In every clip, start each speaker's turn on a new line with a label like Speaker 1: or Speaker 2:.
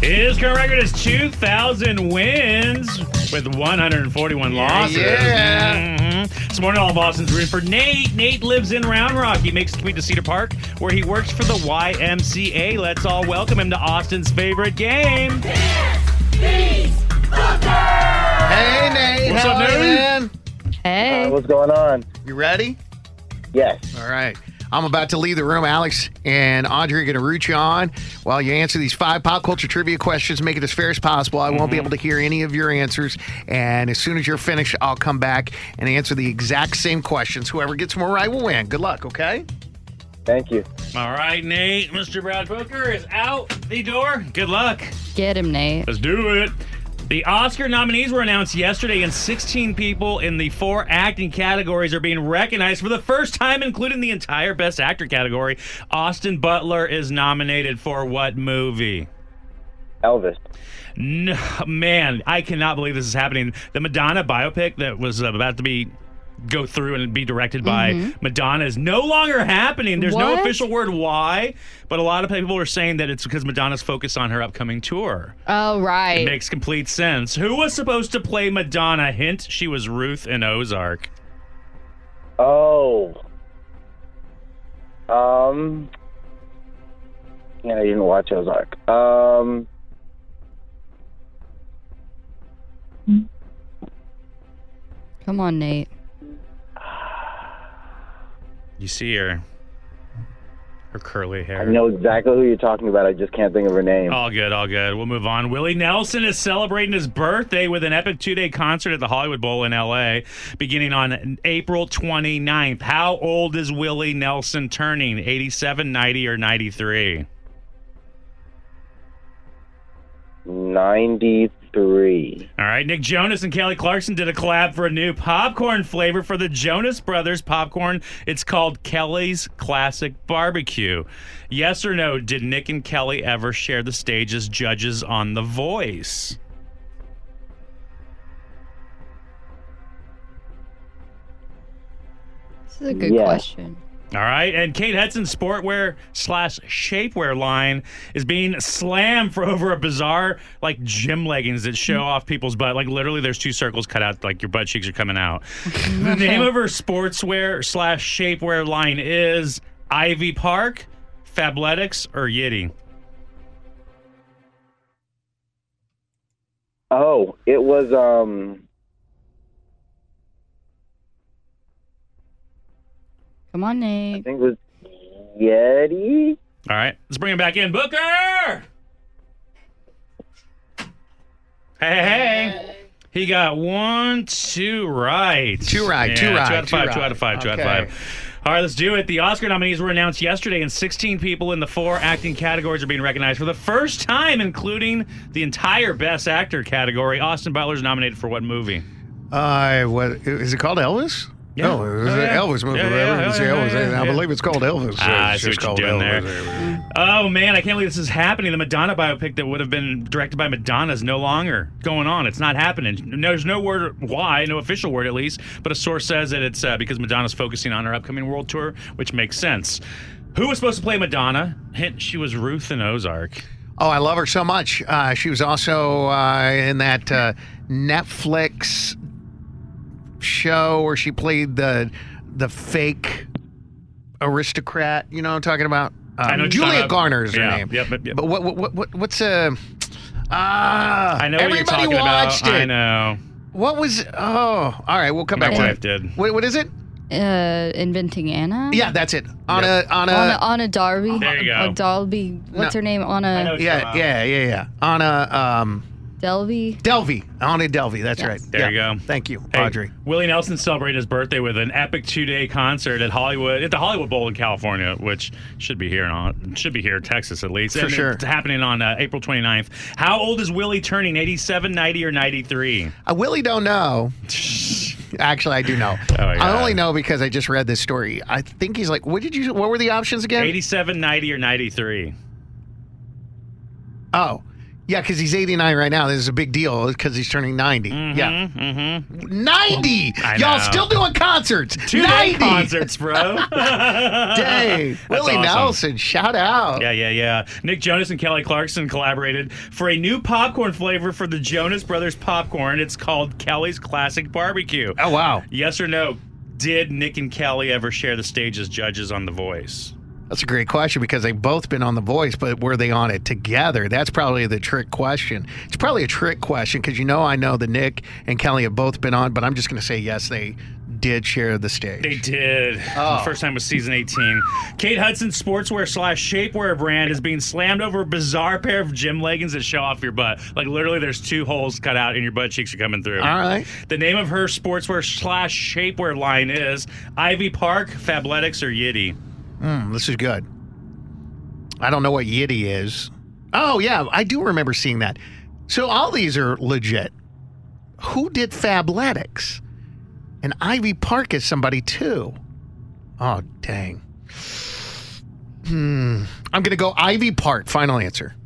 Speaker 1: His current record is 2,000 wins with 141 losses.
Speaker 2: yeah.
Speaker 1: Mhm. This morning, all Boston's rooting for Nate. Nate lives in Round Rock. He makes the tweet to Cedar Park, where he works for the YMCA. Let's all welcome him to Austin's favorite game.
Speaker 2: Hey, Nate.
Speaker 1: What's
Speaker 2: how
Speaker 1: up,
Speaker 2: are you,
Speaker 1: Nate?
Speaker 2: man?
Speaker 3: Hey.
Speaker 4: Uh, What's going on?
Speaker 2: You ready?
Speaker 4: Yes.
Speaker 2: All right. I'm about to leave the room. Alex and Audrey are going to root you on while you answer these five pop culture trivia questions. Make it as fair as possible. I won't be able to hear any of your answers. And as soon as you're finished, I'll come back and answer the exact same questions. Whoever gets more right will win. Good luck, okay?
Speaker 4: Thank you.
Speaker 1: All right, Nate. Mr. Brad Booker is out the door. Good luck.
Speaker 3: Get him, Nate.
Speaker 1: Let's do it. The Oscar nominees were announced yesterday, and 16 people in the four acting categories are being recognized for the first time, including the entire Best Actor category. Austin Butler is nominated for what movie?
Speaker 4: Elvis.
Speaker 1: No, man, I cannot believe this is happening. The Madonna biopic that was about to be go through and be directed by Madonna is no longer happening. There's no
Speaker 3: What?
Speaker 1: official word why, but a lot of people are saying that it's because Madonna's focused on her upcoming tour.
Speaker 3: Oh, right.
Speaker 1: Makes complete sense. Who was supposed to play Madonna? Hint: She was Ruth in Ozark.
Speaker 4: Oh. Um. Yeah, I didn't watch Ozark. Um.
Speaker 3: Come on, Nate.
Speaker 1: You see her, her curly hair.
Speaker 4: I know exactly who you're talking about. I just can't think of her name.
Speaker 1: All good, all good. We'll move on. Willie Nelson is celebrating his birthday with an epic two day concert at the Hollywood Bowl in LA beginning on April 29th. How old is Willie Nelson turning? 87, 90, or 93?
Speaker 4: 93.
Speaker 1: All right, Nick Jonas and Kelly Clarkson did a collab for a new popcorn flavor for the Jonas Brothers popcorn. It's called Kelly's Classic Barbecue. Yes or no, did Nick and Kelly ever share the stage as judges on The Voice?
Speaker 3: This is a good
Speaker 4: Yeah.
Speaker 3: question.
Speaker 1: All right, and Kate Hudson's sportwear slash shapewear line is being slammed for over a bizarre like gym leggings that show off people's butt. Like literally, there's two circles cut out, like your butt cheeks are coming out. the name of her sportswear slash shapewear line is Ivy Park, Fabletics, or Yiddy.
Speaker 4: Oh, it was, um.
Speaker 3: Come on,
Speaker 4: I
Speaker 3: Nate.
Speaker 4: think it was Yeti?
Speaker 1: All right, let's bring him back in, Booker. Hey, hey, hey. He got one, two right.
Speaker 2: Two right,
Speaker 1: Yeah,
Speaker 2: two right,
Speaker 1: Two out of five,
Speaker 2: two
Speaker 1: two out of five, two out of
Speaker 2: right. Okay.
Speaker 1: five. All right, let's do it. The Oscar nominees were announced yesterday, and 16 people in the four acting categories are being recognized for the first time, including the entire Best Actor category. Austin Butler's nominated for what movie?
Speaker 2: Uh, what is it called, Elvis?
Speaker 1: Yeah.
Speaker 2: No, it
Speaker 1: Oh,
Speaker 2: was an
Speaker 1: yeah.
Speaker 2: Elvis movie.
Speaker 1: Yeah, yeah,
Speaker 2: whatever.
Speaker 1: yeah,
Speaker 2: It's
Speaker 1: yeah,
Speaker 2: Elvis.
Speaker 1: yeah,
Speaker 2: I
Speaker 1: yeah.
Speaker 2: believe it's called Elvis.
Speaker 1: Ah, I
Speaker 2: It's
Speaker 1: see
Speaker 2: just
Speaker 1: what you're
Speaker 2: called
Speaker 1: doing there.
Speaker 2: Elvis.
Speaker 1: Oh, man, I can't believe this is happening. The Madonna biopic that would have been directed by Madonna is no longer going on. It's not happening. There's no word why, no official word at least, but a source says that it's uh, because Madonna's focusing on her upcoming world tour, which makes sense. Who was supposed to play Madonna? Hint, she was Ruth in Ozark.
Speaker 2: Oh, I love her so much. Uh, she was also uh, in that uh, Netflix show where she played the the fake aristocrat. You know what I'm talking about? Uh,
Speaker 1: I know what you're
Speaker 2: Julia
Speaker 1: talking about.
Speaker 2: Garner is her
Speaker 1: Yeah,
Speaker 2: name.
Speaker 1: yep, yep, yep.
Speaker 2: But what, what, what what's a Ah,
Speaker 1: I know what you're
Speaker 2: everybody
Speaker 1: talking
Speaker 2: watched
Speaker 1: about.
Speaker 2: it.
Speaker 1: I know.
Speaker 2: What was? Oh, all right. We'll come
Speaker 1: My
Speaker 2: back to
Speaker 1: wife
Speaker 2: it.
Speaker 1: did.
Speaker 2: What, what is it?
Speaker 3: Uh, inventing Anna?
Speaker 2: Yeah, uh, that's it. On a on a
Speaker 3: Anna, Anna Darby.
Speaker 1: There you
Speaker 3: Uh,
Speaker 1: go.
Speaker 3: Dalby. What's
Speaker 2: No.
Speaker 3: her name?
Speaker 1: I know
Speaker 3: Anna
Speaker 1: what you're
Speaker 2: yeah
Speaker 1: talking
Speaker 2: yeah yeah yeah on a um
Speaker 3: Delvey.
Speaker 2: Delvey on a Delvey. That's
Speaker 3: Yes.
Speaker 2: right.
Speaker 1: There
Speaker 2: Yeah.
Speaker 1: you go.
Speaker 2: Thank you,
Speaker 1: Hey,
Speaker 2: Audrey.
Speaker 1: Willie Nelson celebrated his birthday with an epic two-day concert at Hollywood at the Hollywood Bowl in California, which should be here in Au- should be here in Texas at least.
Speaker 2: For
Speaker 1: And
Speaker 2: sure.
Speaker 1: It's happening on uh, April 29th. How old is Willie turning? 87, 90 or 93?
Speaker 2: I really don't know. Actually, I do know.
Speaker 1: my God.
Speaker 2: I only know because I just read this story. I think he's like, what did you? What were the options again?
Speaker 1: 87, 90 or 93?
Speaker 2: Oh, Yeah, because he's 89 right now. This is a big deal because he's turning 90.
Speaker 1: Mm-hmm,
Speaker 2: Yeah. Mm-hmm. 90!
Speaker 1: I
Speaker 2: Y'all
Speaker 1: know.
Speaker 2: still doing concerts.
Speaker 1: Two
Speaker 2: 90!
Speaker 1: day concerts, bro.
Speaker 2: Dang. Willie
Speaker 1: awesome.
Speaker 2: Nelson, shout out.
Speaker 1: Yeah, yeah, yeah. Nick Jonas and Kelly Clarkson collaborated for a new popcorn flavor for the Jonas Brothers popcorn. It's called Kelly's Classic Barbecue.
Speaker 2: Oh, wow.
Speaker 1: Yes or no? Did Nick and Kelly ever share the stage as judges on The Voice?
Speaker 2: That's a great question because they've both been on The Voice, but were they on it together? That's probably the trick question. It's probably a trick question because you know I know that Nick and Kelly have both been on, but I'm just going to say yes, they did share the stage.
Speaker 1: They did. The first time was season 18. Kate Hudson's sportswear slash shapewear brand is being slammed over a bizarre pair of gym leggings that show off your butt. Like literally, there's two holes cut out and your butt cheeks are coming through.
Speaker 2: All right.
Speaker 1: The name of her sportswear slash shapewear line is Ivy Park, Fabletics, or Yiddy.
Speaker 2: Mm, this is good. I don't know what Yiddy is. Oh, yeah, I do remember seeing that. So all these are legit. Who did Fabletics? And Ivy Park is somebody too. Oh, dang. Hmm. I'm going to go Ivy Park. Final answer.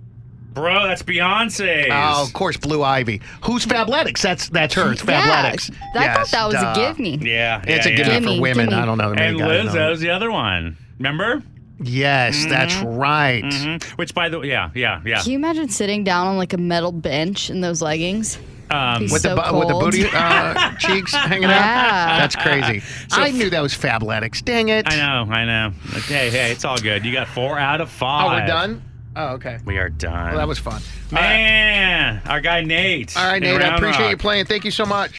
Speaker 1: Bro, that's Beyonce's.
Speaker 2: Oh, of course, Blue Ivy. Who's Fabletics? That's that's her. It's Fabletics.
Speaker 3: Yeah, I
Speaker 2: Yes,
Speaker 3: thought that was
Speaker 2: duh.
Speaker 3: a give me.
Speaker 1: Yeah.
Speaker 2: It's
Speaker 1: yeah,
Speaker 2: a
Speaker 1: yeah.
Speaker 2: given
Speaker 3: Gimme,
Speaker 2: for women.
Speaker 3: gimme.
Speaker 2: I don't know. the many
Speaker 1: And
Speaker 2: guys
Speaker 1: Lizzo
Speaker 2: know.
Speaker 1: was the other one. Remember?
Speaker 2: Yes, that's
Speaker 1: Mm-hmm.
Speaker 2: right.
Speaker 1: Mhm. Which, by the way, yeah, yeah, yeah.
Speaker 3: Can you imagine sitting down on like a metal bench in those leggings?
Speaker 1: Um,
Speaker 3: He's
Speaker 2: with
Speaker 3: so
Speaker 2: the bu- with the
Speaker 3: cold.
Speaker 2: booty uh, cheeks hanging out.
Speaker 3: Yeah.
Speaker 2: That's crazy. I knew that was Fabletics. Dang it!
Speaker 1: I know, I know. Like, Hey, hey, it's all good. You got four out of
Speaker 2: Oh,
Speaker 1: five.
Speaker 2: we're done. Oh, okay.
Speaker 1: We are done.
Speaker 2: Well, that was fun. All right.
Speaker 1: man. Our guy Nate.
Speaker 2: All
Speaker 1: in
Speaker 2: right, Nate. I
Speaker 1: Round
Speaker 2: appreciate
Speaker 1: Rock.
Speaker 2: you playing. Thank you so much.